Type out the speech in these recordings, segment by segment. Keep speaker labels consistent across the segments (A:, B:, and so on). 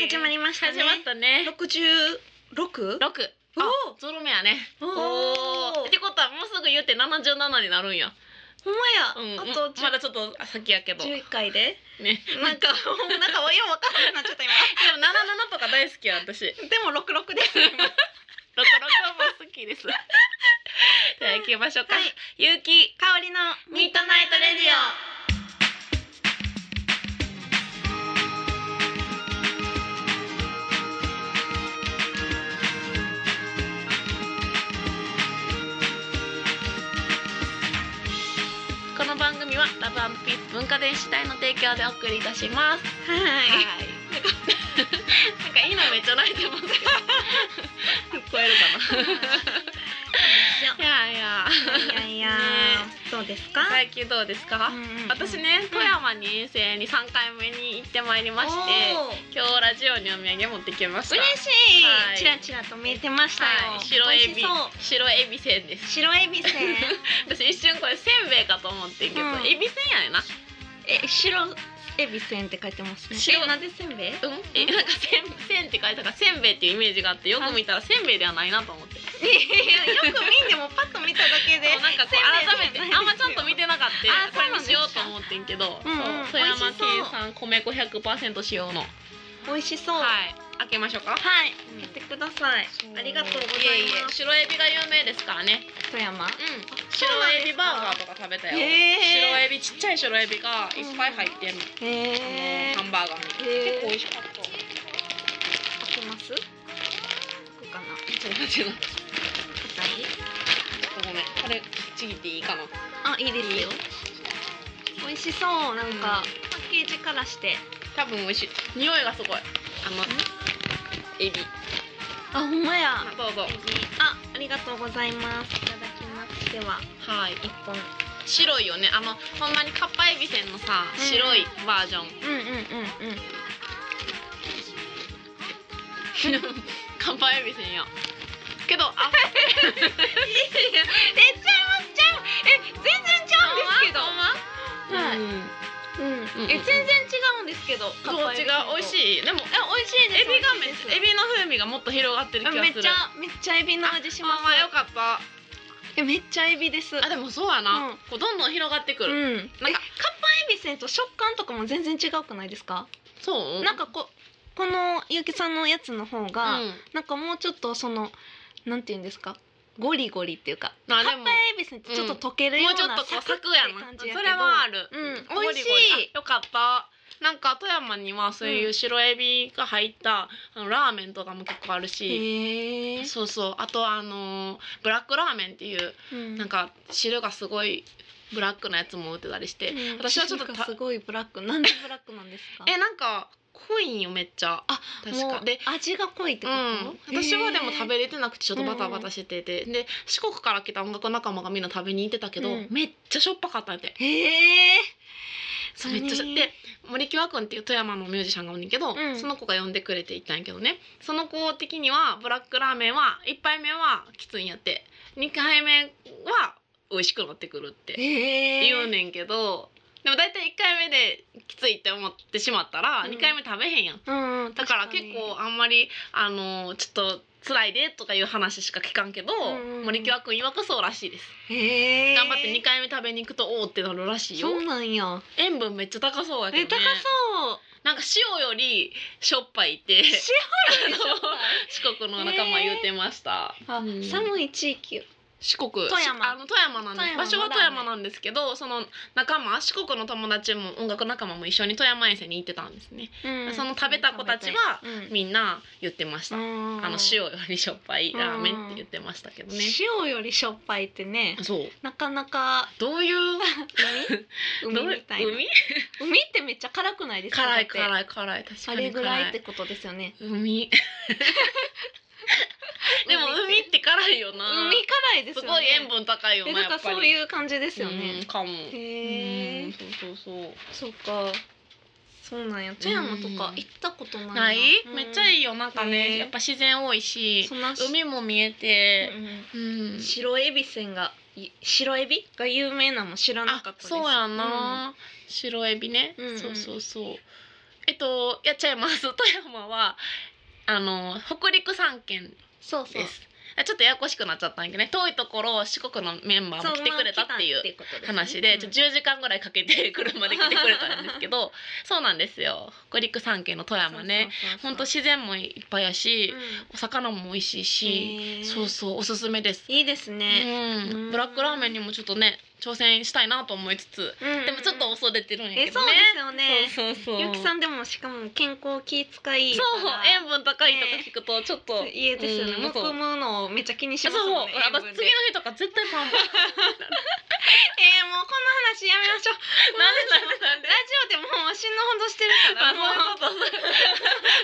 A: 始まりましたね
B: 始まったね。
A: 六十六
B: 六。あ、ゾロ目やね。
A: お
B: お
A: お
B: ーってことはもうすぐ言って七十七になるんや。
A: ほん
B: う
A: ま
B: んう
A: や、
B: ん
A: あと
B: まだちょっと先やけど。
A: 十
B: ね。
A: 一回で
B: な
A: なん
B: んか
A: かなんかようわからなくなっちゃった今
B: でも七七とか大好きや私。六
A: でも 六六です今
B: 六も好き です。じゃあ行きましょうか。
A: はい
B: ゆうき。
A: 香りのミッドナイトレディオ
B: この番組はラブピース文化電子体の提供でお送りいたします。
A: はい
B: はい。なんかいいのめっちゃ泣いて ます。聞こえるかな。いやいや。
A: いやいや、どうですか、
B: 最近どうですか。私ね富山に遠征に3回目に行ってまいりまして今日ラジオにお土産持ってきました
A: 嬉
B: は
A: しい、
B: はい
A: チラチラと見えてましたよ、
B: い白エビ
A: 美味しそう
B: 白エビせんです
A: 白エ ビせん
B: 私一瞬これせんべいかと思ってんけど、
A: うん
B: エビせんやねんな
A: え白エビせんって書いてますね
B: 白
A: えなぜせ んべいえ
B: うんえなんかせんせんって書いてたからせんべいっていうイメージがあってよく見たらせんべいではないなと思って
A: よく見んでもパッと見ただけ で
B: そうなんかこう改めてあんまちゃんと見
A: て
B: てなかった
A: あ
B: こ
A: そう
B: れ
A: な
B: に
A: ん
B: し
A: です
B: よ
A: か
B: うと思ってんけど、
A: うんうん
B: そう富山
A: 美
B: 県
A: 味しそう
B: 産米粉100%使用のは
A: 美味しそうはい、
B: い開けましょうかうん
A: 開けてくださいありがとうござい
B: ええ
A: ます
B: 白エビが有名ですからね。
A: 富山
B: うん。白
A: 白
B: エ
A: エ
B: ビ
A: ビ
B: バ
A: バ
B: ー
A: ー
B: ガ
A: ガ
B: ー
A: ー
B: とか食べたよ。
A: よ
B: 白
A: 白
B: エビちっちゃい白エビがいっぱい入ってんの。
A: へえ
B: ハンバーガーに。結
A: へー
B: 構美味しかった。
A: 開けます開くかな
B: ちょっと待ってな。
A: 硬い
B: ごめん。これちぎっていいかな。
A: あいいですよ美味しそうなんか、
B: うん
A: パッケージからして
B: 多分美味しい。匂いがすごい。あのエビ。
A: あほんまや
B: あどうぞ。
A: あ、ありがとうございます。いただきます。では、
B: はい。
A: 一本。
B: 白いよね。あのほんまにカッパエビせんのさ
A: うん
B: 白いバー ジョン。
A: うんうんうんうん。
B: カッパエビせんや。けどあ
A: え、ちゃいます、ちゃいます。え、全然ちゃうんですけど。はい
B: うん
A: うんん、え、全然違うんですけど。
B: どっちが美味
A: い。
B: しい。でも
A: え、美味しいです。
B: エビがめ
A: 美
B: っ
A: 味し
B: ちゃエ
A: いで
B: ビの風味がもっと広がってる気がする
A: すめっちゃ、めっちゃエビの味しま
B: まあまあよ
A: す。
B: かった
A: え、めっちゃエビです。
B: あでもそうやな、
A: うん
B: こうどんどん広がってく
A: う
B: る、
A: ん、
B: な
A: なんん
B: か
A: かカッパエビせんと食感とかも全然違うくないですか、
B: そう
A: なんかこうこのゆうきさんのやつの方が、
B: うん
A: なんかもうちょっとそのなんて言うんですかゴリゴリっていうか
B: まあで
A: カッ
B: も
A: パエビスってちょっと溶けるよ
B: も
A: う
B: うちょっ
A: な
B: とこうサクやな
A: って感
B: そ
A: じ
B: れ
A: やけど
B: はある
A: うん美味しい
B: ゴリゴリあよかったなんか富山にはそういう白エビが入った、あのラーメンとかも結構あるし、
A: へえ
B: そうそうあとあのーブラックラーメンっていうなんか汁がすごいブラックなやつも売ってたりして、私はちょっとた
A: すごいブラックなんでブラックなんですか
B: えなんか濃いんよめっちゃ
A: あ
B: 確か
A: もう
B: で
A: 味が濃いってこと、
B: うん、私はでも食
A: る
B: べれてなくてちょっとバタバタしてて、で四国から来た音楽仲間がみんな食べに行ってたけど、
A: うん
B: めっちゃしょっぱかったんやて
A: へえ
B: そうめっちゃしょ
A: 何
B: で森木和君っていう富山のミュージシャンがおんねんけど、
A: うん
B: その子が呼んでくれて行ったんやけどねその子的にはブラックラーメンは1杯目はきついんやって2回目は美味しくなってくるって
A: へえ
B: 言うねんけど、でも大体1回目できついって思ってしまったら
A: うん
B: 2回目食べへんやん
A: うんうん
B: だから結構あんまりあのちょっと辛いでとかいう話しか聞かんけど、
A: うんうん
B: 森木和君曰くそうらしいです、
A: へえ
B: 頑張って2回目食べに行くとおおってなるらしいよ
A: そうなんや
B: 塩分めっちゃ高そうやけど、
A: え
B: ね、
A: 高そう
B: なんか塩よりしょっぱいって
A: 塩よりしょっ
B: 四
A: ぱい
B: 国の仲間言ってました、
A: あ
B: うん
A: 寒い地域
B: 四国
A: 富山
B: しあの富山なんです
A: 富山の
B: 場所は富山なんですけどその仲間四国の友達も音楽仲間も一緒に富山遠征に行ってたんですね、
A: うん
B: その食べた子たちは
A: うん
B: みんな言ってました、あ
A: あ
B: の塩よりしょっぱいラーメンって言ってましたけどね。
A: 塩よりしょっぱいってね
B: そう。
A: なか なか
B: どういう
A: 海海みたいな
B: どれ
A: 海ってめっちゃ辛くないで
B: 海
A: すか
B: 辛い
A: だって
B: 辛い辛い確か
A: あ
B: に辛い。
A: れぐらいってことですよね
B: 海。でも海って辛いよな。
A: 海辛いです
B: す
A: よね
B: ごい塩分高いよ
A: え
B: な
A: だか
B: や
A: ら
B: っぱり。
A: そういう感じですよ
B: うん
A: ね
B: かも。
A: へ
B: うん
A: え
B: そうそうそう。
A: そうかそうなんや富山とか行ったことない
B: ない？めっちゃい
A: い
B: いよなんか
A: へ
B: ね
A: え
B: やっぱ自然多いし
A: そんな
B: 海も見えて。
A: うん
B: うん。
A: 白エビせんがい白エビが有名なのも知らなか
B: あ
A: ったです
B: そうやな、白エビね、
A: うんうん
B: そうそうそうえっとやっちゃいます富山はあの北陸三県
A: そうそう
B: ですあちょっとややこしくなっちゃったんやけどね遠いところ四国のメンバーも来てくれたっていう話で、ちょっと10時間ぐらいかけて車で来てくれたんですけ どそうなんですよ北陸三県の富山ね本当
A: し
B: 自然もいっぱいやし、お魚も美味しいし、そうそうおすすめです、
A: いいですね、
B: う
A: うん
B: ん、ブラックラーメンにもちょっとね挑戦したいなと思いつつでもちょっと遅れてるんや
A: え
B: け
A: そ
B: ど
A: う
B: ね
A: ですよ
B: そ
A: ね
B: うそうそう
A: ゆきさんでもしかも健康気使いい
B: そ
A: か
B: う
A: ら
B: 塩分高いとか聞くとちょっと、
A: 家ですよね、
B: うん
A: むくむのをめっちゃ気にし
B: そ
A: ま
B: う
A: すもんね
B: 私
A: 塩分で
B: 次の日とか絶対パンパン
A: えー、もうこの話やめましょう
B: なんでなんでなんで
A: ラジオでもう死ぬほどし てるか
B: あ
A: ら
B: そういう
A: も
B: こ
A: う
B: とそういうこ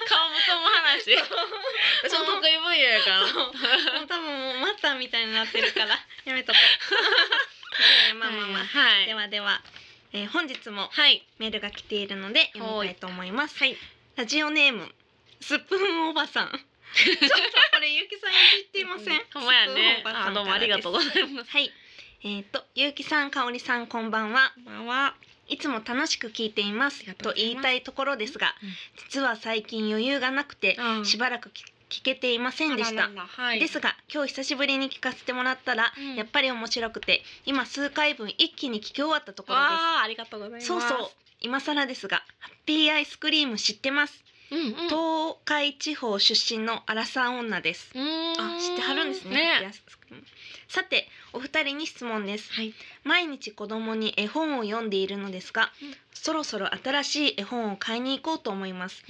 B: と顔も顔も話私の得意分野やから
A: そうもう多分 もうマッターみたいになってるからやめとこ う、えー まあまあまあ、
B: はい
A: ではでは、えー本日も
B: はい
A: メールが来ているので読みたいと思います、
B: はい
A: ラジオネームスプーンおばさん ちょっとこれゆきさんやっていません
B: ほんまやね
A: スプーンおば
B: あ
A: さん
B: どうもありがとうございます
A: すはいえっ、とゆうきさんかおりさんこんばんは
B: こんばんはい
A: つも楽しく聞いています
B: ありがとう
A: と
B: ございます
A: 言いたいところですが、
B: うん
A: 実は最近余裕がなくて、
B: うん
A: しばらくき聞けていませんでした
B: はい
A: ですが今日久しぶりに聞かせてもらったら、
B: うん
A: やっぱり面白くて今数回分一気に聞き終わったところです
B: わあありがとうございます
A: そうそう今更ですがハッピーアイスクリーム知ってます、
B: うんうん
A: 東海地方出身のアラサー女です
B: うーん
A: あ知ってはるんですねハッピーアイスクリームさてお二人に質問です
B: はい
A: 毎日子供に絵本を読んでいるのですが、
B: うん
A: そろそろ新しい絵本を買いに行こうと思います、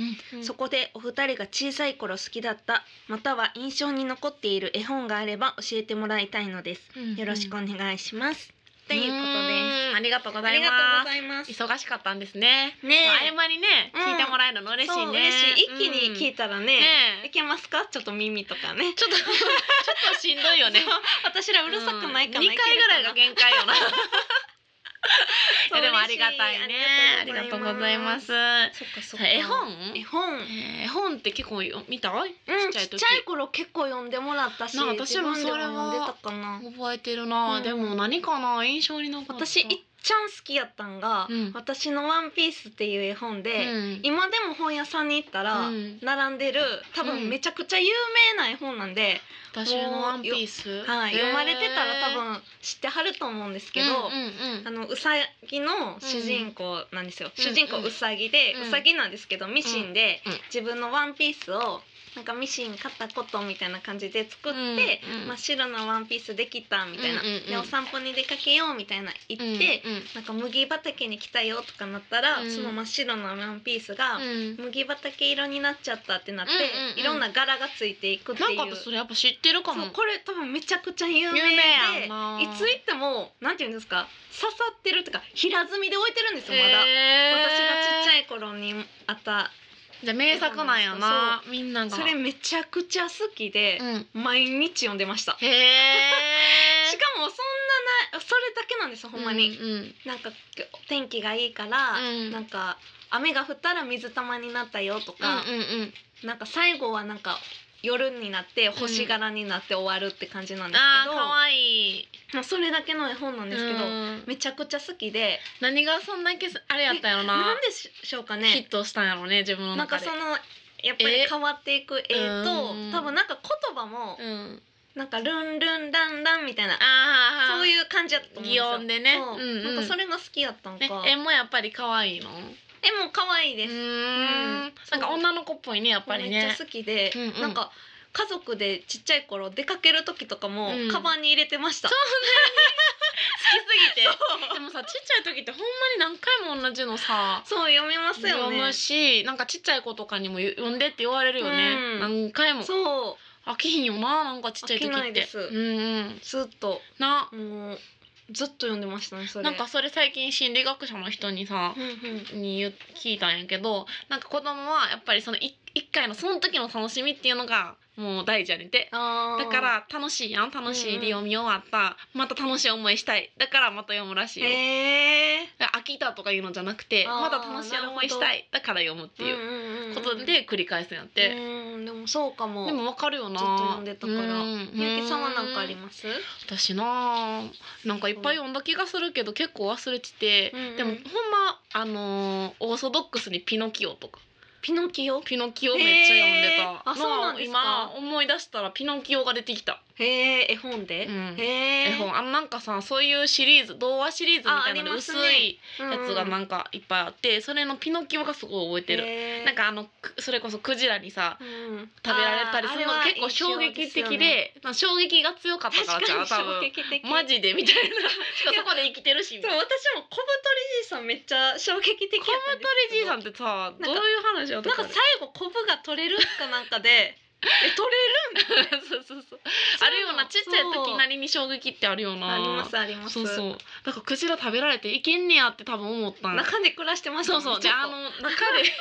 A: そこでお二人が小さい頃好きだったまたは印象に残っている絵本があれば教えてもらいたいのですよろしくお
B: 願い
A: 願いします、ということです
B: ありがとうござ
A: あ
B: い
A: りがとう
B: ま
A: ございます
B: す忙しかったんですね
A: ねえ
B: 合間にね
A: うん
B: 聞いてもらえるの嬉しい
A: そう
B: ね
A: 嬉しい一気に聞い
B: て
A: たらね,、
B: ね
A: いけますかちょっと耳とかね
B: ちょっとちょっとしんどいよね
A: そう私らうるさくないかな、
B: うん二回ぐらいが限界 よな
A: そう
B: でもありがたいねあり
A: 嬉し
B: がとうございます
A: そっかそっか
B: 絵本
A: 絵本うん
B: えー絵本って結構よ見た
A: ちっちゃい頃結構読んでもらったし
B: なあ私も
A: 自分で
B: それは
A: 読んでたかな
B: 覚えてるな、
A: うん
B: でも何かな印象に残った
A: 私いっちゃん好きやったんが、
B: うん
A: 私のワンピースっていう絵本
B: う
A: で、
B: ん
A: 今でも本屋さんに行ったら、
B: うん
A: 並んでる多
B: うん
A: 分めちゃくちゃ有名な絵本なんで、
B: 私のワンピース
A: はい、
B: へー
A: 読まれてたら多分知ってはると思うんですけど、
B: うんうんうん
A: あのうさぎの主人公なんですよ、
B: うん
A: 主人公うさぎで、
B: う
A: うんさぎなんですけどミシンで
B: うん
A: 自分のワンピースをなんかミシン買ったことみたいな感じで作って、
B: うんうん
A: 真っ白なワンピースできたみたいな、
B: うんうんうん
A: でお散歩に出かけようみたいな言って、
B: うんうん
A: なんか麦畑に来たよとかなったら、
B: うん
A: その真っ白なワンピースが、
B: うん
A: 麦畑色になっちゃったってなって、
B: うんうんうん
A: いろんな柄がついていくって
B: ないん
A: う。
B: か私それやっぱ知ってるかも
A: そうこれ多分めちゃくちゃ有名で
B: 有名やんない
A: つ行ってもなんていうんですか刺さってるとか平積みで置いてるんですよまだ、
B: へー
A: 私がちっちゃい頃にあった
B: じゃあ名作なんやなみんなが
A: それめちゃくちゃ好きで
B: う、 ん
A: 毎日読んでましたし
B: へえ
A: かもそんななそれだけなんですよほんまに、
B: うんうん
A: なんか天気がいいから、
B: うん
A: なんか雨が降ったら水たまになったよと
B: うん
A: か、
B: うんうん
A: なんか最後はなんか夜になって星柄になって終わるって感じなんです
B: あ
A: け
B: ー
A: ど、
B: かわいい
A: もうそれだけの絵本なんですけど、
B: うん
A: めちゃくちゃ好きで
B: 何がそんだけあれやったんやろ
A: な
B: なん
A: でしょうか
B: ヒ
A: ね
B: ットしたんやろね自分の
A: なん
B: 中
A: か
B: で
A: そのやっぱり
B: え
A: 変わっていく絵と
B: うん
A: 多分なんか言葉も
B: うん
A: なんかルンルンランランみたいな
B: ああ
A: そういう感じだったと思うんですよ
B: 擬音でね
A: そう
B: うんうん
A: なんかそれが好きやったんか
B: ね
A: 絵
B: 絵もやっぱり可愛いの
A: も可愛いうです
B: ー
A: うんん
B: なんか女の子っぽいねやっぱり
A: めっ
B: ね
A: ちゃ好きで
B: うんうん
A: なんか家族でちっちゃい頃出かける時とかも
B: うん
A: カバンに入れてました
B: 好き すぎてでもさちっちゃい時ってほんまに何回も同じのさ
A: そう読めますよ
B: 読
A: ね
B: むしなんかちっちゃい子とかにも読んでって言われるよね、
A: うん
B: 何回も
A: そう
B: 飽きひんよななんかちっちゃい時って
A: 飽きないです
B: うんうん
A: ずっと
B: な
A: もうずっと読んでましたねそれ
B: なんかそれ最近心理学者の人にさ
A: うんうん
B: に言う聞いたんやけどなんか子供はやっぱりそのい一回のその時の楽しみっていうのがもう大事やねんて
A: あー
B: だから楽しいやん楽しいで読み終わった、また楽しい思いしたいだからまた読むらしいよ、
A: へえ
B: 飽きたとかいうのじゃなくて
A: あー
B: また楽しい思いしたいだから読むっていう
A: う
B: こことで繰り返すんやって、
A: うんでもそうかも
B: でもわかるよな
A: ずっと読んでたから
B: うん
A: みゆきさんは何かあります
B: 私なあなんかいっぱい読んだ気がするけど結構忘れてて、
A: うんうん
B: でもほんまあのーオーソドックスに「ピノキオ」とか
A: ピノキオ
B: 「ピノキオ」めっちゃ読んでた、
A: へーあそうなんですか
B: 今思い出したら「ピノキオ」が出てきた、
A: へえ絵本で
B: うん
A: へえ
B: 絵本あなんかさそういうシリーズ童話シリーズみたいなの
A: ああり
B: で
A: ます
B: 薄
A: ね
B: いやつが
A: な
B: なんかいっぱいあってそれの「ピノキオ」がすごい覚えてる。
A: る
B: なんかあのくそれこそクジラにさ
A: うん
B: 食べられたりするの
A: あーあれは
B: 結構衝撃的
A: 印象すよね
B: でまあ衝撃が強かったからじゃあ
A: 確
B: 多
A: か
B: 分
A: に衝撃的
B: マジでみたいな しかもそこで生きてるしみ
A: そ
B: た
A: う
B: いな
A: 私も小太りじいさんめっちゃ衝撃的やったんで
B: 小太りじいさん
A: ん
B: ってさ
A: か
B: どういう話を
A: なんか最後コブが取れるかなんかでえ取れるん
B: そうそうそうあるようなちっちゃい時なりに衝撃ってあるよな
A: ありますあります
B: そうそうだからクジラ食べられていけんねやって多分思ったんや
A: 中で暮らしてまし
B: そ
A: たも
B: うんそう
A: ち
B: で
A: ょっ
B: あ
A: と
B: の中 で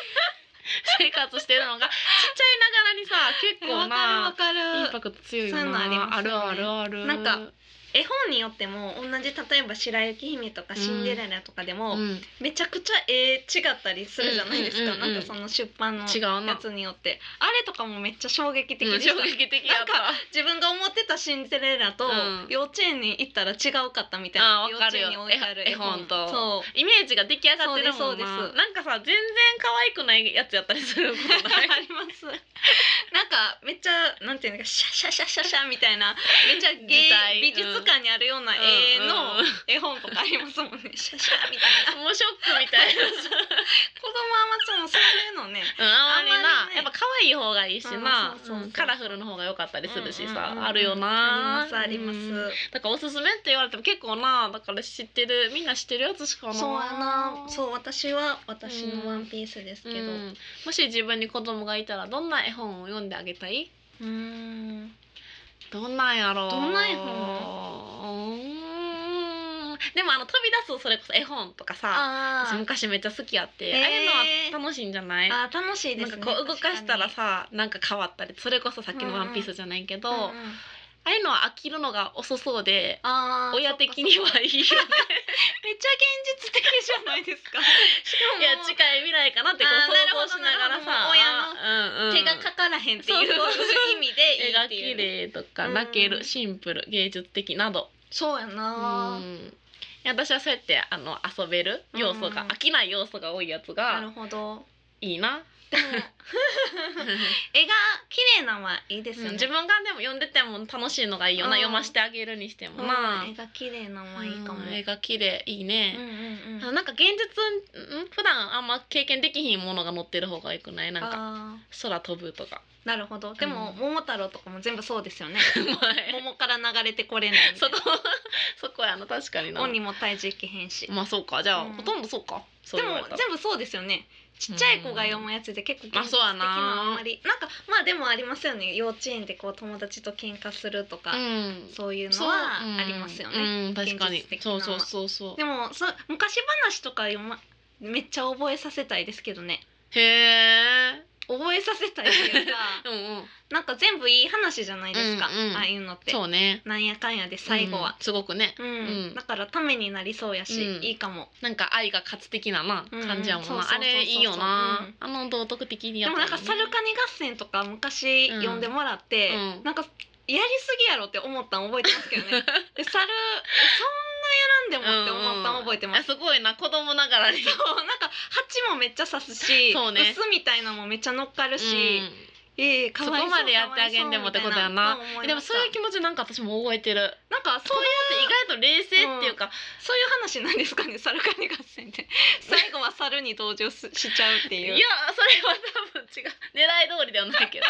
B: 生活してるのがちっちゃいながらにさ結構
A: わかる
B: なイ
A: わか
B: ン
A: る
B: パクト強いよ
A: そういうのあり
B: な
A: ますよね
B: あるあるある
A: なんか絵本によっても同じ例えば「白雪姫」とか「シンデレラ」とかでも、
B: うん
A: めちゃくちゃ絵違ったりするじゃないですか、
B: うんうんうんうん
A: なんかその出版の
B: 違うな
A: やつによってあれとかもめっちゃ衝撃的
B: う
A: で
B: ん
A: した、
B: 衝撃的やっ
A: なん
B: た
A: 自分が思ってたシンデレラと
B: うん
A: 幼稚園に行ったら違うかったみたいな、
B: あーわかるよ
A: 幼稚園に置いてある絵本
B: 絵本と
A: そ
B: イメージが出来上がってるも
A: そうんです
B: な
A: そうです
B: なんかさ全然可愛くないやつやったりするこ
A: うあり
B: とない
A: ますなんかめっちゃなんていうのかシャシャシャシャシャみたいなめっちゃ芸
B: 時代
A: 美術館にあるような絵の
B: うんうん
A: 絵本とかありますもんねシャシャみたいな
B: もうショックみたいなさ
A: 子供はまつもそういうのね
B: うんあんまりな
A: あんまりね
B: やっぱ可愛い方がいいしな
A: うんそうそうそう
B: うんカラフルの方が良かったりするしさ、
A: うんうんうん
B: あるよな
A: ありますあり
B: う
A: ま
B: んだからおすすめって言われても結構なだから知ってるみんな知ってるやつしかな
A: すそうやなそう私は私のワンピースです
B: う
A: けど
B: んもし自分に子供がいたらどんな絵本を読んであげたい
A: うん
B: どんなんやろう
A: どんな絵
B: 本でもあの飛び出すそれこそ絵本とかさ
A: あ
B: 私
A: ー
B: 昔めっちゃ好きやって、
A: えー
B: ああいうのは楽しいんじゃない
A: あー楽しいで
B: なん
A: す
B: か
A: ね
B: こう動かしたら
A: 確
B: さなんか変わったりそれこそさっき
A: うん
B: の「
A: うん
B: ワンピースじゃないけど、
A: かに
B: あ
A: うんうん
B: あいうのは飽きるのが遅そうで
A: あー
B: 親的にはいいよね
A: めっちゃ現実的じゃないですか しかも
B: いや近い未来かなってこ
A: あー
B: う想像しながら
A: なる
B: さ
A: ほどな
B: うんうん
A: 手がかからへんって
B: そう
A: い
B: そう
A: う意味でい
B: 絵
A: いっ
B: が
A: て
B: 綺
A: いう
B: 麗とか泣け
A: う
B: る
A: ん
B: シンプル芸術的など
A: そうやな
B: うんいや私はそうやってあの遊べる要素が、
A: うん
B: 飽きない要素が多いやつ
A: なる
B: が
A: ほど
B: いい な。
A: でも絵が綺麗なのはいいです
B: う
A: よね
B: ん自分がでも読んでても楽しいのがいいよな、
A: うん
B: 読ませてあげるにしても
A: うん
B: な、
A: 絵が綺麗なのはいいかも
B: うん絵が綺麗いいね
A: うん、うんうん
B: なんか現実ん普段あんま経験できひんものが載ってる方がよくないなんか
A: あー
B: 空飛ぶと か
A: なるほどでも
B: うん
A: 桃太郎とかも全部そうで すよね
B: 前
A: 桃から流れてこれないみた
B: そ
A: い
B: こそこやな確かに
A: な
B: な
A: 鬼も退治行けへんし
B: まあそうかじゃあ、
A: うん
B: ほとんどそうかそう
A: で
B: 言わ
A: も
B: れたら
A: 全部そうですよねちっちゃい子が読むやつで結構現
B: うんあ
A: 実的
B: そうやな
A: なあんまりなんかまあでもありますよね幼稚園でこう友達と喧嘩するとか、
B: うん
A: そういうの
B: そう
A: はありますよね、
B: うんうん確かに
A: 現実的な
B: そ
A: の
B: う
A: は
B: そうそうそう
A: でもそう昔話とか読まめっちゃ覚えさせたいですけどね
B: へえ
A: 覚えさせたいっていうか
B: うんうん
A: なんか全部いい話じゃないですか、
B: うんうん
A: ああいうのって
B: そうね
A: なんやかんやで最後は
B: うん、すごくね
A: うん
B: うん
A: だからためになりそうやし、
B: うん
A: いいかも
B: なんか愛が勝つ的なな
A: うんうん
B: 感じやもん
A: そうそう
B: な
A: そう
B: あ
A: そう
B: れいいよな
A: うん
B: あの道徳的に
A: で
B: やっ
A: も
B: た
A: なん
B: ら
A: か
B: ね
A: 「猿カニ合戦」とか昔
B: うん
A: 読んでもらって、
B: うん
A: なんかやりすぎやろって思ったん覚えてますけ どねで猿そんなやらんでもって思ったん覚えてます、
B: うんうんあすごいな子供ながらに
A: そうなんか蜂もめっちゃ刺すし、
B: そうね
A: 薄みたいなのもめっちゃ乗っかるし、ええか
B: そ
A: わ
B: こ
A: いそう
B: までやってあげんでもってことやな
A: かわいそうみたい
B: でもそういう
A: 思まし
B: 気持ちなんか私も覚えてる
A: たなんかそうい
B: 子
A: う
B: 供って意外と冷静っていうか、
A: そういう話なんですかね猿カニ合 戦って最後は猿に登場すしちゃうって
B: い
A: いう
B: やそれは多分違う狙い通りではないけど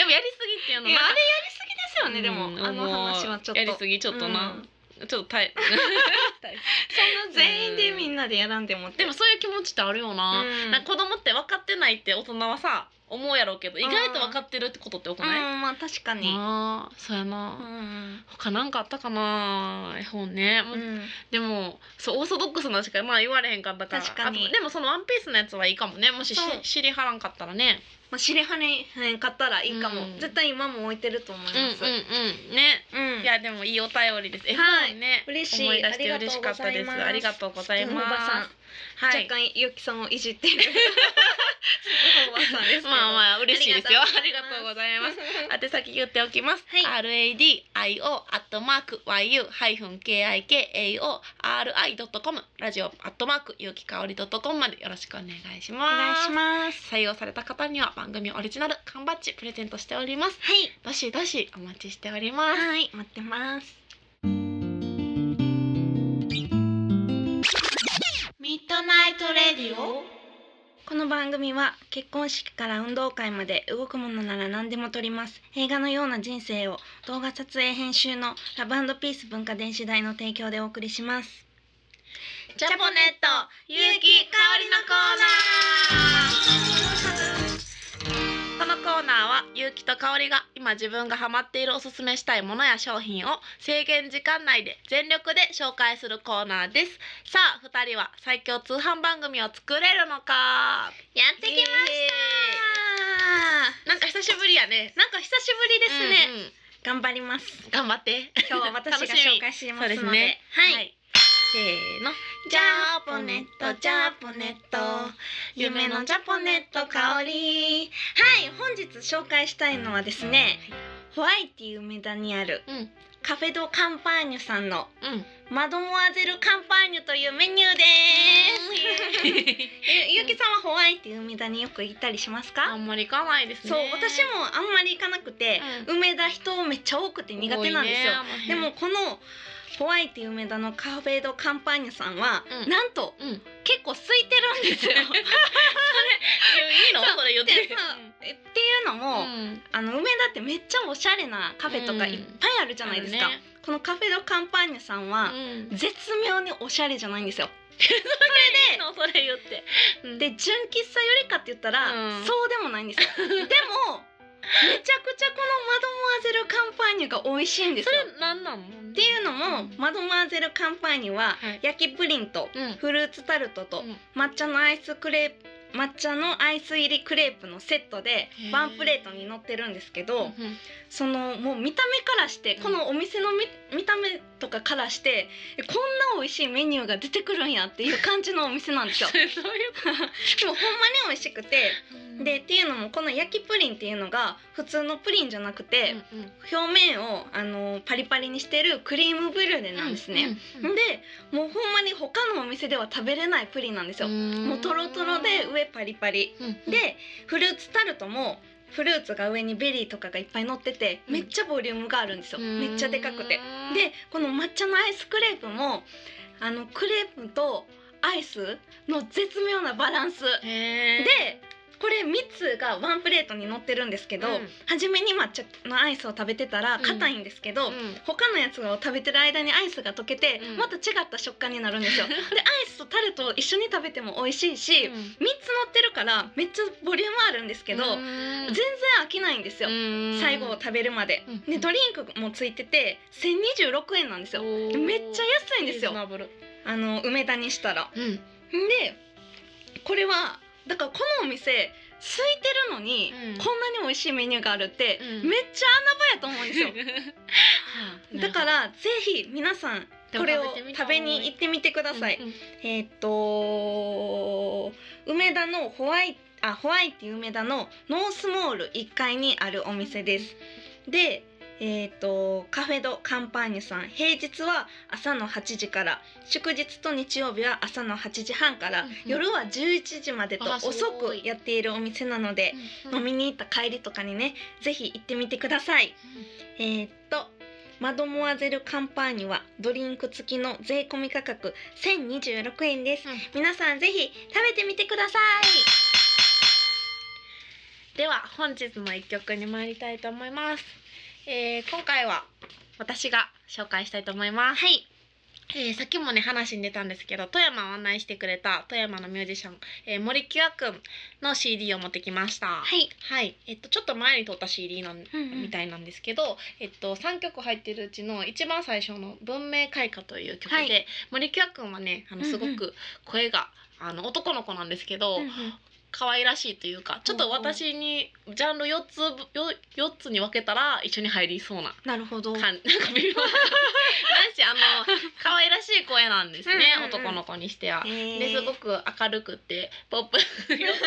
B: でもやりすぎっていうの
A: いやあれや
B: なんか
A: りすぎですよね、でも、
B: うん
A: あの話はちょっと
B: やりすぎちょっとな、ちょっと 耐え
A: そんな全員でみんなでやらんでもって
B: でもそういう気持ちってあるよな、
A: うん
B: なんか子供って分かってないって大人はさ思うやろうけど意外と分かってるってことって多くない、
A: うんまあ確かに。
B: あーそうやな、
A: うん
B: 他なんかあったかな絵本ね、もう
A: うん
B: でもそうオーソドックスなしか、まあ、言われへんかったから
A: 確かに
B: あとでもその「ワンピースのやつはいいかもねもしし
A: そう
B: 知りはらんかったらね
A: まあ知りはねへんかったらいいかも
B: うん。
A: 絶対今も置いてると思いま
B: うんうん
A: す。
B: うんね、
A: うん
B: いやでもいいお便りです絵
A: はい
B: 本ね、
A: 嬉しい
B: 思い出して嬉しかったですあ
A: あ
B: り
A: り
B: が
A: が
B: とうござい
A: おば
B: ます
A: さん
B: はい
A: 若干ゆきさんをいじってるおばさんですけど
B: まあまあ嬉しいですよあ
A: あ
B: り
A: り
B: が
A: が
B: と
A: と
B: う
A: う
B: ご
A: ご
B: ざいます宛先言っておきます。
A: は
B: RADIO アットマーク YU ハイフン KIKAO RI ドットコムラジオアットマーク有機香りドットコムまでよろしくお願いします。
A: お願いします
B: 採用された方には番組オリジナル缶バッジプレゼントしております。
A: はい
B: どしどしお待ちしております。
A: はい待ってますミッドナイトレディオこの番組は結婚式から運動会まで動くものなら何でも撮ります映画のような人生を動画撮影編集のラブピース文化電子台の提供でお送りします
B: ジ
A: ャポネット
B: ゆ
A: ゆうきかおりのコ
B: このコーナーはゆうきとかおりが今自分がハマっているおすすめしたいものや商品を制限時間内で全力で紹介するコーナーですさあ二人は最強通販番組を作れるのか
A: やってき
B: イ
A: まし
B: エ
A: た
B: ーイなんか久しぶりやね
A: なんか久しぶりです
B: う
A: ね、
B: んうん
A: 頑張ります
B: 頑張って
A: 今日は私が紹介しますので
B: そうですね
A: はい、
B: せーの
A: ジャポネットジャポネット夢のジャポネット香りはい本日紹介したいのはですねホワイティ梅田にある
B: うんうん
A: カフェドカンパーニュさんのマドモアゼルカンパーニュというメニューですえゆうきさんはホワイティ梅田によく行ったりしますか
B: あんまり行かないですね
A: そう私もあんまり行かなくて、梅田人めっちゃ多くて苦手なんですよ、でもこのホワイト梅田のカフェドカンパーニュさんは、
B: うん
A: なんと
B: うんいい
A: 結構空いてる んですよ
B: の
A: そう
B: それ言っ
A: で
B: て
A: そうえっていうの
B: う
A: も、
B: ん
A: あの梅田ってめっちゃおしゃれなカフェとかいっぱいあるじゃないですか、
B: あるね
A: このカフェドカンパーニュさんは、
B: うん
A: 絶妙におしゃれじゃないんですよ
B: いいのそれ言ってうん
A: で純喫茶よりかって言ったら、
B: うん
A: そうでもない んですよでもめちゃくちゃこのマドモアゼルカンパーニュが美味しいんです
B: そ
A: よ
B: れなんなん
A: っていうの
B: う
A: も、
B: ん
A: マドモアゼルカンパーニュは、
B: はい
A: 焼きプリンと
B: うん
A: フルーツタルトと
B: うん
A: 抹茶のアイスクレープ抹茶のアイス入りクレープのセット
B: へ
A: で
B: ー
A: ワンプレートに乗ってるんですけど
B: うん
A: そのもう見た目からして
B: うん
A: このお店のみ見た目とかからしてえこんな美味しいメニューが出てくるんやっていう感じのお店なんで すよ
B: そ。れそういう
A: でもほんまに美味しくて
B: こと
A: でっていうのもこの焼きプリンっていうのが普通のプリンじゃなくて、
B: うんうん
A: 表面をあのパリパリにしてるクリームブリュレなんですね。
B: うんうん
A: でもうほんまに他のお店では食べれないプリンなんですよ。
B: ん
A: もうトロトロで上パリパリ
B: うんうん
A: でフルーツタルトもフルーツが上にベリーとかがいっぱい乗ってて
B: うん
A: めっちゃボリュームがあるんですよ。めっちゃでかくて。
B: うん
A: でこの抹茶のアイスクレープもあのクレープとアイスの絶妙なバランス。
B: へー
A: でこれ3つがワンプレートに乗ってるんですけど、
B: うん
A: 初めに抹茶のアイスを食べてたら
B: ん
A: 硬いんですけど、
B: うん
A: 他のやつを食べてる間にアイスが溶けて、
B: うん
A: また違った食感になるんで すよ。でアイスとタルトを一緒に食べても美味しいし、3つ乗ってるからめっちゃボリュームあるんですけど、
B: うん
A: 全然飽きないんですよ、
B: うん
A: 最後を食べるまで。
B: うん
A: でドリンクもついてて1026円なんですよ。
B: おー
A: めっちゃ安いんです
B: リー
A: よ
B: ズナブ ル
A: あの梅田にしたら。
B: うん
A: でこれはだからこのお店空いてるのに、
B: うん
A: こんなに美味しいメニューがあるって、
B: うん
A: めっちゃ穴場やと思うんです よだからぜひ皆さん
B: でも
A: これを
B: 食べてみた
A: 食べに行ってみてください、
B: うんうん
A: えーっと梅田のホワイあホワイティ梅田のノースモール1階にあるお店です。で、えーっとカフェドカンパーニュさん平日は朝の8時から祝日と日曜日は朝の8時半から、
B: うんうん
A: 夜は11時までと
B: あすごい
A: 遅くやっているお店なので、
B: うん
A: 飲みに行った帰りとかにねぜひ行ってみてください。えーっとマドモアゼルカンパーニュはドリンク付きの税込み価格1026円です、
B: うん
A: 皆さんぜひ食べてみてくださ
B: では本日の一曲に参りたいと思います、えー、今回は私が紹介したいと思いますはい、えー、さっきもね話に出たんですけど富山を案内してくれた富山のミュージシャン、えー、森キュアくんの CD を持ってきました。はい、
A: い、
B: えっとちょっと前に撮った CD なん
A: うんう
B: み
A: ん、
B: たいなんですけど、えっと3曲入ってるうちの一番最初の「文明開化」という曲で、
A: はい
B: 森キュアくんはねあの
A: うんうん
B: すごく声が、あの男の子なんですけど、
A: うんうん
B: 可愛らしいというかちょっと私にジャンル4つよ四つに分けたら一緒に入りそうな
A: なるほど、
B: 感 なんか微妙な男子あの可愛らしい声なんですね、
A: うんうんうん
B: 男の子にしては。
A: え
B: です ごく明るくてポップ
A: よく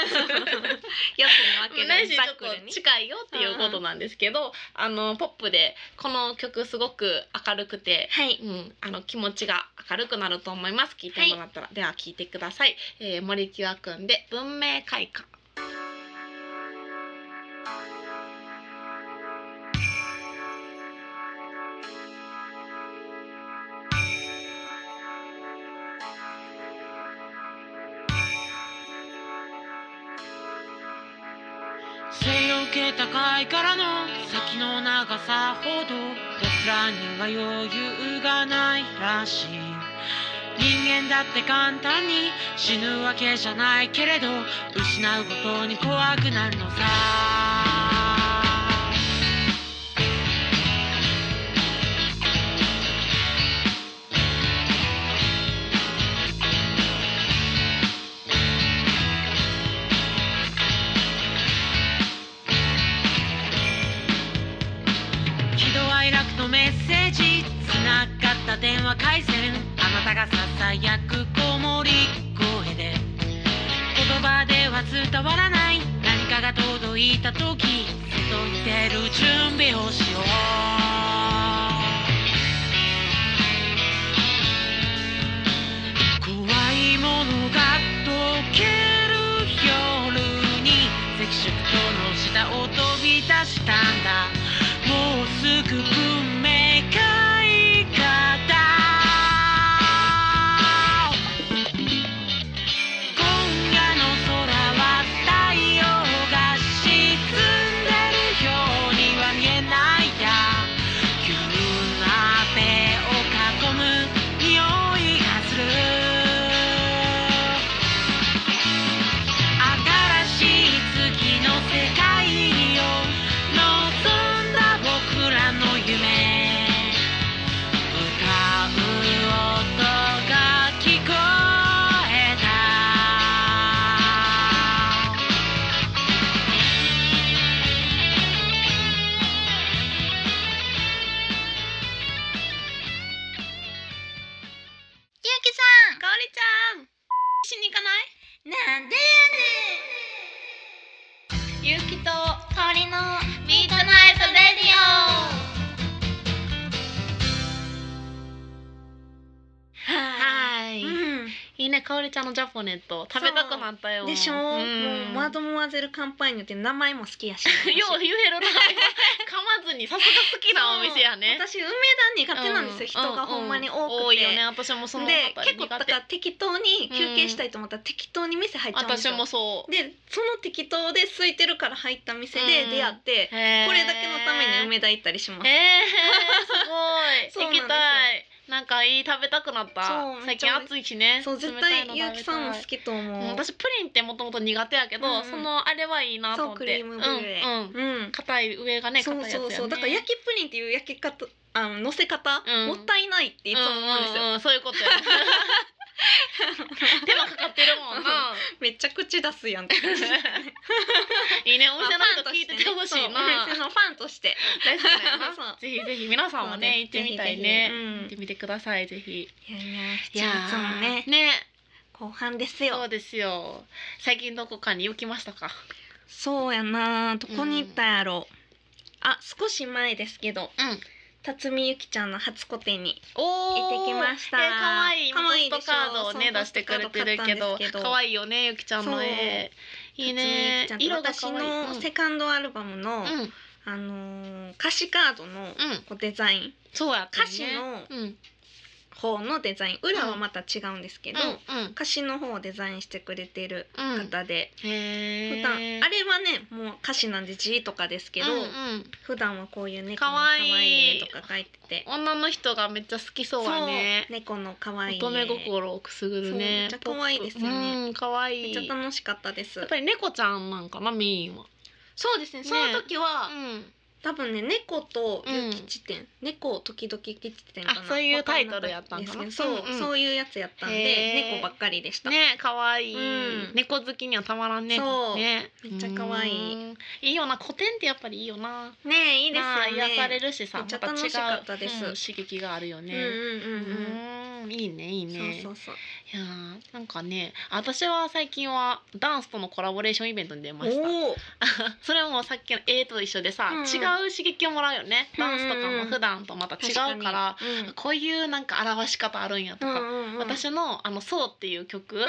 B: まあ
A: な
B: 何
A: いし
B: し
A: ち
B: ち
A: ょ
B: ょ
A: っ
B: っと
A: と
B: 近いよっていうことなんですけど、あのポップでこの曲すごく明るくて、
A: はい
B: うん、あの気持ちが明るくなると思います聞いてもらったら、では聞いてください、えー、森キュアくんで文明開化
C: 背を受けた階からの先の長さほど僕らには余裕がないらしい人間だって簡単に死ぬわけじゃないけれど失うことに怖くなるのさ喜怒哀楽のメッセージつながった電話回線あなたがささやく子守声で言葉では伝わらない何かが届いた時届いてる準備をしよう怖いものが溶ける夜に赤色灯の下を飛び出したんだもうすぐ文明開化だ今夜の空は太陽が沈んでるようには見えないや急な目を囲む匂いがする新しい月の世界を望んだ僕らの夢歌う音が聞こえた
D: ゆうきさんかおりちゃんしに行かないなんでやねんゆうきとかおりのミートナイトレディオ
A: は、
B: はいい、
A: うん
B: いいねかおりちゃんのジャポネット食べたくなったよ
A: でしょ、
B: ん
A: もうマドモアゼルカンパーニュって名前も好きやしよ
B: よう言えるな噛まずにさすが好きなお店やね
A: 私梅田苦手なんですよ、人がほんまに多くて、
B: うんうん多いよね私もその
A: で
B: 辺
A: 結
B: り
A: 構だ
B: 苦
A: か
B: 手
A: ら適当に休憩したいと思ったら適当に店入っちゃうんです
B: 私
A: よ、
B: もそう
A: でその適当で空いてるから入った店
B: う
A: で
B: ん
A: 出会って、こ
B: こ
A: れだけのために梅田行ったりします、
B: えー、す
A: そう
B: ご
A: なん
B: い
A: ですよ
B: 行きたいなんかいい食べたくなった
A: そう
B: 最近暑いしね
A: そう絶
B: 冷
A: 対
B: たいの
A: ゆう
B: 食べたい
A: きさんも好きと思う、
B: うん私プリンってもともと苦手やけど、
A: うんうん
B: そのあれはいいなと
A: そう
B: 思って
A: クリームブリュレ
B: うんうん
A: うん
B: 硬い上がね
A: そ
B: 硬いうやつや、ね、
A: そうそうだから焼きプリンっていう焼き方あの乗せ方、
B: うん
A: もったいないっていつも思うんですよ、
B: うんうんうんそういうことや 手間かかってるもん な
A: めっちゃ口出すやんって 感じ
B: いいねお
A: まあフ
B: 店の
A: ァン
B: 人
A: と
B: 聞い
A: してて
B: てほしいな、
A: ねそうお店のファンとして
B: 大好きだよな
A: そう
B: ぜひぜひ皆さんもね行ってみたいね行ってみてくださいぜひ
A: ぜひぜひうん、いやいや7月もね
B: ーね
A: 後半ですよ
B: そうですよ最近どこかに行きましたか
A: そうやなどこに行ったやろ、あ少し前ですけど
B: うん
A: 辰巳ゆきちゃんの初個展に
B: お
A: 行ってきました
B: えー、かわいい
A: 可愛いでしょ
B: ポストカードをね
A: そう
B: 出してくれてるけど
A: ポストカード買ったんですけど
B: かわいいよねゆきちゃんの絵いいね
A: 辰巳ゆきちゃん
B: 色
A: と
B: が
A: 私
B: かわいいうん
A: のセカンドアルバムの、
B: うんうん
A: あのー歌詞カードのこうデザイン、
B: そうやったね
A: 歌詞の
B: うん
A: 方のデザイン裏はまた違うんですけど、
B: うんうん
A: 歌詞の方をデザインしてくれてる
B: うん
A: 方で、
B: へー
A: 普段あれはねもう歌詞なんで字とかですけど、
B: うんうん
A: 普段はこういう猫の
B: か
A: 可
B: わいい
A: 愛いとか書いてて
B: 女の人がめっちゃ好きそうはね
A: 猫の可愛い
B: 乙女心をくすぐるね
A: そうめっちゃ可愛いですよね
B: うん可愛
A: め
B: い
A: っちゃ楽しかったです
B: やっぱり猫ちゃんなんかなメインは
A: そうですねその時は、
B: うん
A: 多分ね猫という吉点、猫時々吉点かな
B: あそういうタイトルやったんかな
A: わかですけどそう、
B: うんうん
A: そういうやつやったん
B: へ
A: で
B: ー
A: 猫ばっかりでした、
B: ね可愛い
A: うん
B: 猫好きにはたまらんね
A: そう
B: ね
A: めっちゃ可愛い
B: うんいいよな古典ってやっぱりいいよな
A: ねえいいです
B: なあ
A: よ
B: 癒
A: ね
B: されるしさ
A: めっちゃ
B: また違う
A: 楽しかったです
B: うん刺激があるよ
A: うん
B: ね
A: うんうんうん
B: うんいいねいいね
A: そうそう
B: いやーなんかね私は最近はダンスとのコラボレーションイベントに出ま
A: そう
B: した
A: おお
B: それもさっきの A と一緒でさ、
A: うんうん
B: 違う刺激をもらうよねダンスとかも普段とまた違うから、こういうなんか表し方あるんやと
A: うん
B: か、
A: うんうん、
B: 私の「あのそう」っていう曲を、
A: うん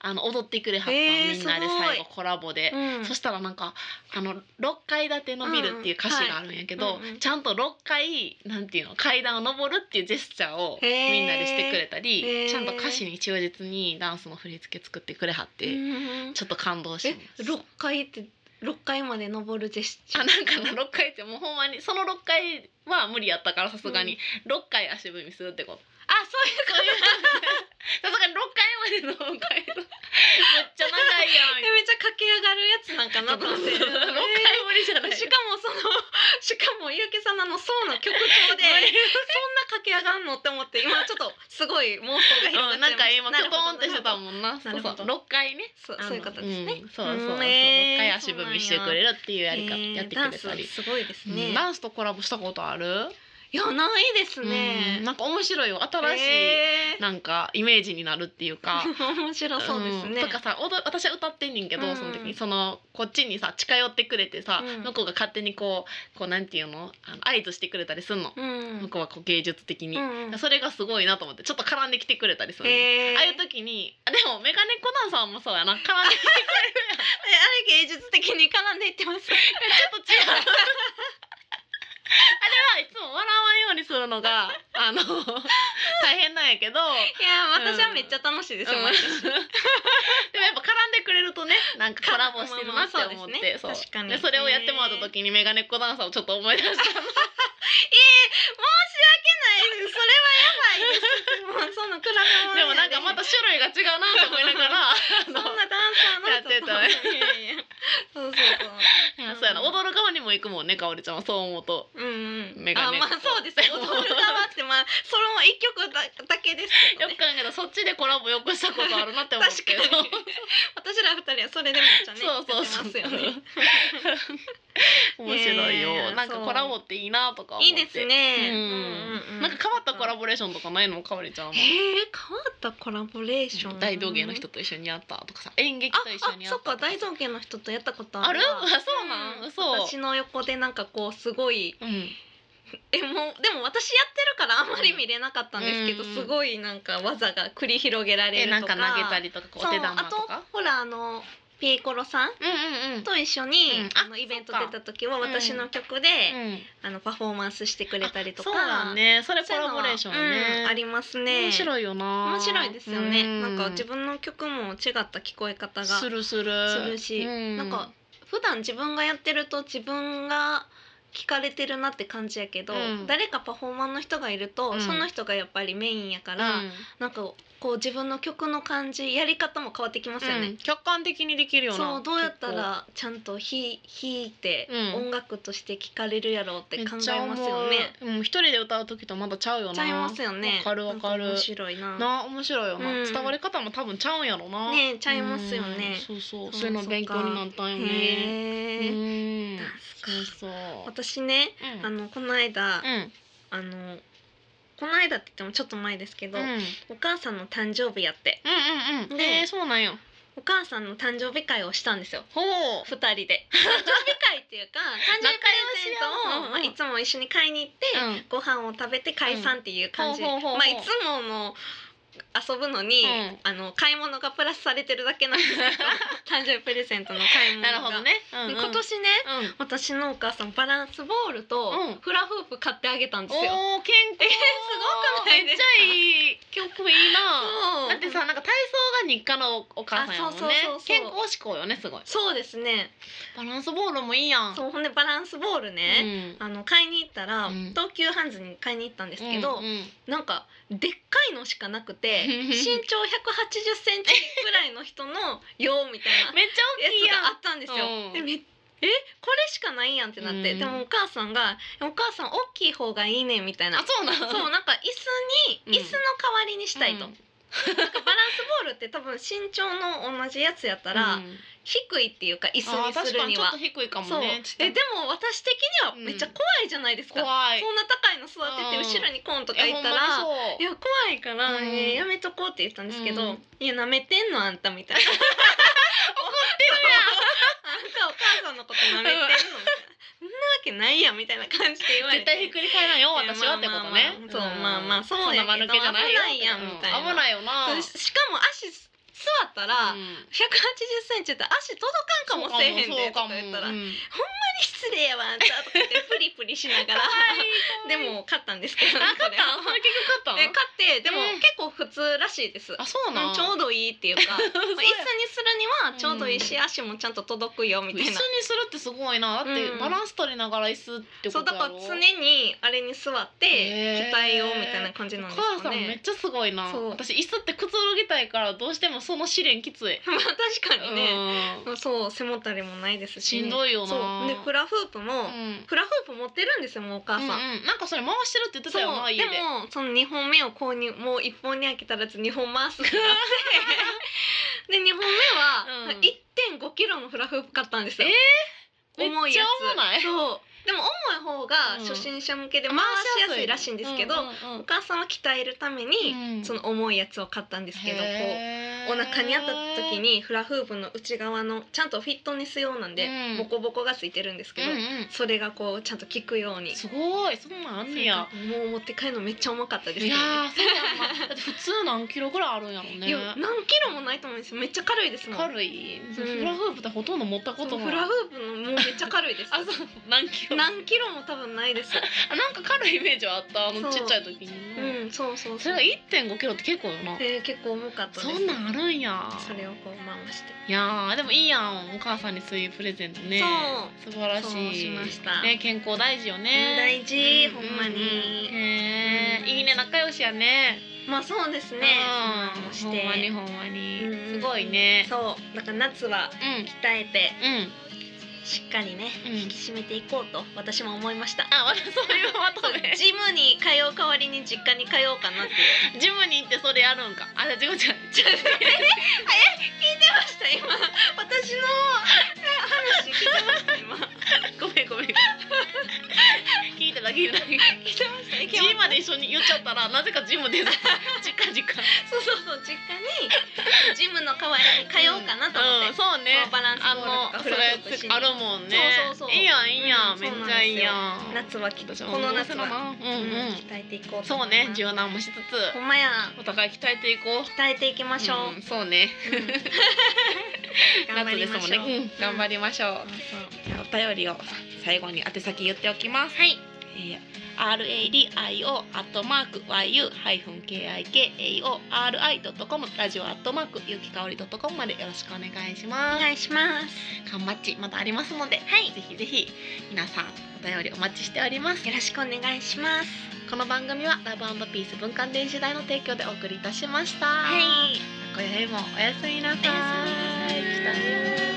B: あの踊ってくれはった、
A: へー
B: みんなです
A: ごい
B: 最後コラボで。
A: うん、
B: そしたらなんかあの六階建てのビルっていう歌詞があるんやけど、
A: うんうんはいうんうん
B: ちゃんと六階なんていうの階段を登るっていうジェスチャーを
A: へー
B: みんなでしてくれた
A: へ
B: り
A: ー
B: ちゃんと歌詞に忠実にダンスの振り付け作ってくれはって、
A: うん
B: ちょっと感動し
A: え
B: ました
A: 六階って六階まで登るジェスチャー
B: あなんかな6回ってもうほんまにその6回は無理やったからさすがに、六6回足踏みするってこと
A: あそういう
B: そういうさすがに6回までの回路めっちゃ長いやん
A: えめっちゃ駆け上がるやつなんかなと思って
B: 6回無理じゃない
A: しかもそのしかも結城さんのあのそうの 曲調でそんな駆け上がんのって思って今ちょっとすごい妄想が広がっちゃいました
B: うん、なんか今キョトンってしてた
A: ん
B: もんな
A: な
B: そう
A: る
B: そ
A: ほど
B: う6回ね
A: そう
B: あの
A: そういうことですね、
B: うんそうそうそう、
A: うん
B: 6
A: へー
B: 回足踏みしてくれるっていうやり方
A: えー
B: やってくれた
A: ダン
B: り
A: スすごいです
B: うん
A: ね、
B: ダンスとコラボしたことある
A: いやないですね、
B: うんなんか面白いよ新しい、
A: えー
B: なんかイメージになるっていう か
A: 面白そうですね、
B: んとかさ踊私は歌ってんねんけど、
A: うん
B: その時にそのこっちにさ近寄ってくれてさ、
A: うん
B: 向こうが勝手にこうこうなんていうのあの合図してくれたりすんの、
A: うん
B: 向こうはこう芸術的に、
A: うんうん
B: それがすごいなと思ってちょっと絡んできてくれたりするの、
A: えー
B: ああいう時にあでもメガネコナンさんもそうやな絡んで
A: えあれ芸術的に絡んでいってます。
B: ちょっと違うあれはいつも笑わんようにするの があの大変なんやけど
A: いや私はめっちゃ楽しいですよ。
B: うん
A: 毎年
B: でもやっぱ絡んでくれるとねなんかコラボしてるなって思っ
A: まあまあまあそう
B: て
A: です
B: そう
A: ね確かに
B: でそれをやってもらった時にメガネっ子ダンサーをちょっと思い出した
A: ないそれはやばいです。もう その比べ物
B: でもなんかまた種類が違うなと思いなが ら
A: そん
B: あ
A: な
B: の
A: ダンサーの人と
B: やって
A: いやいやそうそう
B: いやそうやな踊る側にも行くもんねかおりちゃんはそう思うと
A: そう。うんうん。
B: メガネ
A: あまあそうです。踊る側ってまあその一曲だだけですけ
B: よ
A: ど
B: く
A: ね。
B: 考えたらそっちでコラボよくしたことあるなって思って
A: 確かに私ら二人はそれでめっちゃね
B: そうそうそう
A: やってますよね。
B: 面白いよ、
A: ねえ
B: なんか
A: そう
B: コラボっていいなとか思って
A: いいですね。
B: うん
A: う
B: なんか変わったコラボレーションとかないのかおりちゃんは
A: へえ変わったコラボレーション。
B: 大道芸の人と一緒にやったとかさ演劇
A: あ
B: と一緒にや
A: あそ
B: っ
A: ったか
B: とか
A: 大道芸の人とやったこと
B: あ
A: あ
B: る
A: る
B: あそうなん、
A: うん
B: そう
A: 私の横でなんかこうすごい
B: うん
A: えもうでも私やってるからあんまり見れなかったんですけど、
B: うん
A: すごいなんか技が繰り広げられ
B: え
A: る
B: なん
A: と
B: か
A: か
B: 投げたりとかこうお手玉と
A: そうあ
B: か
A: とほらあのピーコロさん
B: うんうんうん
A: と一緒に、
B: うんあ
A: あのイベント出た時は
B: っか
A: 私の曲で、
B: うん
A: あのパフォーマンスしてくれたりとか
B: そうだねそれコ
A: そういう
B: ラ
A: の
B: ボ
A: は
B: レーションね、
A: うんありますね
B: 面白いよな
A: 面白いですよね、
B: う
A: なんか自分の曲も違った聞こえ方が
B: するする
A: するし
B: うん
A: なんか普段自分がやってると自分が聞かれてるなって感じやけど、
B: うん
A: 誰かパフォーマーの人がいると、
B: うん
A: その人がやっぱりメインやか
B: う
A: ら、
B: ん
A: なんかこう自分の曲の感じやり方も変わってきますよ
B: う
A: ね
B: ん。客観的にできるような
A: そうどうやったらちゃんと弾弾いて
B: うん
A: 音楽として聞かれるやろうって
B: めっ
A: 考えます
B: ちゃ思う
A: よね。
B: うん一人で歌う時とまだちゃうよな
A: ちゃいますよね。
B: わかるわか
A: なん
B: る
A: 面白いな。
B: な面白いよな、
A: うん
B: 伝わり方も多分ちゃうんやろな
A: ねえちゃいますよね
B: うんそうそう
A: そう
B: そういうの勉強になったんよねう
A: へえ。
B: ん
A: ダンスか
B: そうそう
A: 私ね
B: うん
A: あのこの間、
B: うん
A: あのこの間って言ってもちょっと前ですけど、
B: うんうんうん
A: お母さんの誕生日やって
B: うん
A: ね
B: えーそうなんや
A: お母さんの誕生日会をしたんですよ
B: ほう
A: 2人 で誕生日会っていうか誕生日プレゼントを、
B: 仲
A: まあ、
B: 良
A: いつも一緒に買いに行って、
B: うん
A: ご飯を食べて解散っていう感じ、
B: うんほうほうほうほう
A: まあいつもの遊ぶのに、
B: うん
A: あの買い物がプラスされてるだけなん ですけど誕生日プレゼントの買い物が
B: なるほどね。うん
A: で
B: うん
A: 今年ね
B: うん。
A: 私のお母さんバランスボールと
B: うん
A: フラフープ買ってあげたんですよ、
B: おお健康
A: すごくないですか
B: めっちゃいい教訓いいな
A: そう
B: だってさなんか体操が日課のお母さんやもんね
A: あそうそうそうそう
B: 健康志向よねすごい
A: そうですね
B: バランスボールもいいやん
A: そうほんでバランスボール
B: う
A: ね、
B: ん
A: あの買いに行ったら、
B: うん
A: 東急ハンズに買いに行ったんですけど、
B: うんうん
A: なんかでっかいのしかなく て身長180センチぐらいの人のようみたいな
B: めっちゃ大きい
A: や
B: や
A: つがあ
B: ん
A: ったんですよ。
B: うん
A: でめえこれしかないやんってなって、
B: うん
A: でもお母さんが「お母さん大きい方がいいね」みたいな
B: あそうなの
A: そうなんか椅子
B: うん
A: に椅子の代わりにしたいと、
B: うん
A: なんかバランスボールって多分身長の同じやつやったら、
B: うん
A: 低いっていうか椅子
B: あ
A: に
B: ー確
A: する
B: かに
A: に
B: ちょっ
A: は
B: と。低いか
A: そ
B: も
A: う
B: ねちょ
A: え
B: っ
A: でも私的にはめっちゃ怖いじゃないです
B: と
A: か、
B: 怖い
A: そんな高いの座ってて
B: うん
A: 後ろにコーンとか
B: え
A: い
B: ほん
A: た
B: まに
A: ら、
B: そう
A: いや怖いから、
B: うん
A: えーやめとこうって言ったんですけど、
B: うん
A: いやなめてんのあんたみ たいな怒ってるやんあんたお母さんのことなめてんのみたいなそんなわけないやんみたいな感じで言われ
B: 絶対ひ
A: て
B: っくり返らんよ私はってことね
A: いやまあまあまあそうまあまあそうやけ
B: んな間
A: ど
B: 抜けじゃないよ
A: 危ないやん
B: うん危ないよな
A: みたいなそうししかも足す座ったら、
B: うん
A: 180センチって足届かんかもせえへんでとか言ったら
B: そうかもう
A: 「無理
B: ん
A: 失礼やわあんた」とか言ってプリプリしながら でも買ったんですけど
B: あ勝っ
A: それ
B: たんそれ結局勝ったん
A: で買ってでも
B: えー
A: 結構普通らしいです
B: あそうなん
A: うんちょうどいい っていうかまあ椅子にするにはちょうどいいし、足もちゃんと届くよみた
B: 椅子
A: い
B: に
A: な。
B: するってすごいなだって
A: うん
B: バランス取りながら椅子って
A: そ
B: こ
A: う
B: と
A: だ
B: や
A: から
B: ろ
A: 常にあれに座って
B: へー
A: 鍛えようみたいな感じなんです
B: 母さ
A: か
B: んめっ
A: ね。
B: ちゃすごいな
A: そう
B: 私椅子ってくつろぎたいからどうしてもその試練きつい
A: まあ確かにね、
B: う
A: まあそう背もたれもないですし、
B: しんどいよな
A: そうでフラフープも、
B: ん
A: フラフープ持ってるんですよもうお母
B: うん
A: さ
B: うん
A: ん。
B: なんかそれ回してるって言って
A: そ
B: た
A: う
B: よな家
A: で
B: で
A: もその2本目を購入もう1本に飽きたらず2 本回すってなってで2本目は
B: うん
A: 1 5キロのフラフープ買ったんですよ、
B: えー
A: 重いやつ
B: めっちゃ重ない
A: そうでも重い方が
B: うん
A: 初心者向けで回
B: 回
A: しやすいらしいんですけど、
B: うんうんうん
A: お母さんは鍛えるために、
B: うん
A: その重いやつを買ったんですけどこう
B: へー
A: お腹にあった時にフラフープの内側のちゃんとフィットネス用なんで、
B: うん
A: ボコボコがついてるんですけ
B: うん
A: ど、
B: うん
A: それがこうちゃんと効くように
B: すごいそんなんあんねや
A: もう持って帰るのめっちゃ重かったです
B: い
A: け
B: や
A: どね
B: ーそうなんだだって普通何キロぐらいあるんやろ
A: いや
B: ね
A: 何キロもないと思うんですよめっちゃ軽いですもん
B: 軽いフラフープってほとんど持ったこと
A: そう
B: も
A: フラフープのもうめっちゃ軽いです
B: あそう何キロ
A: 何キロも多分ないです
B: あなんか軽いイメージはあったあ
A: そ
B: の
A: う
B: ちっちゃい時に、
A: うんそうそう
B: それが1 5キロって結構よな
A: えー結構重かったです
B: そんなんあるんや
A: それをこう回して
B: いやーでもいいやんお母さんにそういうプレゼントね
A: そ
B: 素晴らしい
A: そうしました
B: ね、健康大事よ
A: う
B: ね
A: ん大事
B: う
A: ほんまに
B: へえいいね仲良しやね
A: まあそうですね
B: うん
A: そん
B: ほん
A: な
B: ま
A: ん
B: に
A: も
B: ほんまに
A: う
B: す
A: ん
B: ごいね
A: そうだから夏は
B: うんうん
A: 鍛えてしっかりね
B: うん
A: 引き締めていこうと私も思いました
B: あまたそういうまとめ
A: ジムに通う代わりに実家に通おうかな っていう
B: ジムに行ってそれやるんかあ違う違う違う
A: 聞いてました今 私の話聞いてました 今
B: ごめん ごめん聞いてた聞いてた
A: 聞いてました
B: ジムで一緒に言っちゃったらなぜかジム でじかじか
A: そうそうそう実家にジムの代わりに通おうかなと思って、
B: うんそうね
A: そうバランスボ
B: あ
A: ールと
B: の
A: か
B: そ
A: フ
B: れ
A: ラフープしに
B: あるもんね
A: そうそうそう
B: いいやんいいやん、
A: うん
B: めっちゃいいやん
A: 夏はきっと
B: 私も
A: この夏は、
B: なうん
A: うん
B: うん
A: 鍛えていこうと
B: そ
A: 思
B: う
A: い
B: ね
A: ます
B: 柔軟もしつつ
A: ほんまや
B: お互い鍛えていこう
A: 鍛えていきましょう、
B: んそうね
A: うん頑
B: 夏
A: 張
B: で
A: り
B: す
A: ま
B: もん
A: し
B: ね
A: ょう、
B: うん頑張りましょう
A: そうそう
B: じゃあお便りを最後に宛先言っておきます
A: はい
B: えー、RADIO アットマーク YU-KIKAORI.com ラジオアットマークゆきかおり .com までよろしくお願いし
A: お
B: ます。
A: 願いします
B: 缶バッジまだありますので、
A: はい
B: ぜひぜひ皆さんお便りお待ちしております。
A: よろしくお願いします
B: この番組はラブピース文化電子代の提供でお送りいたしました。
A: はい
B: 今宵もおやすみなさい。
A: おやすみなさ
B: 来
A: い
B: たよ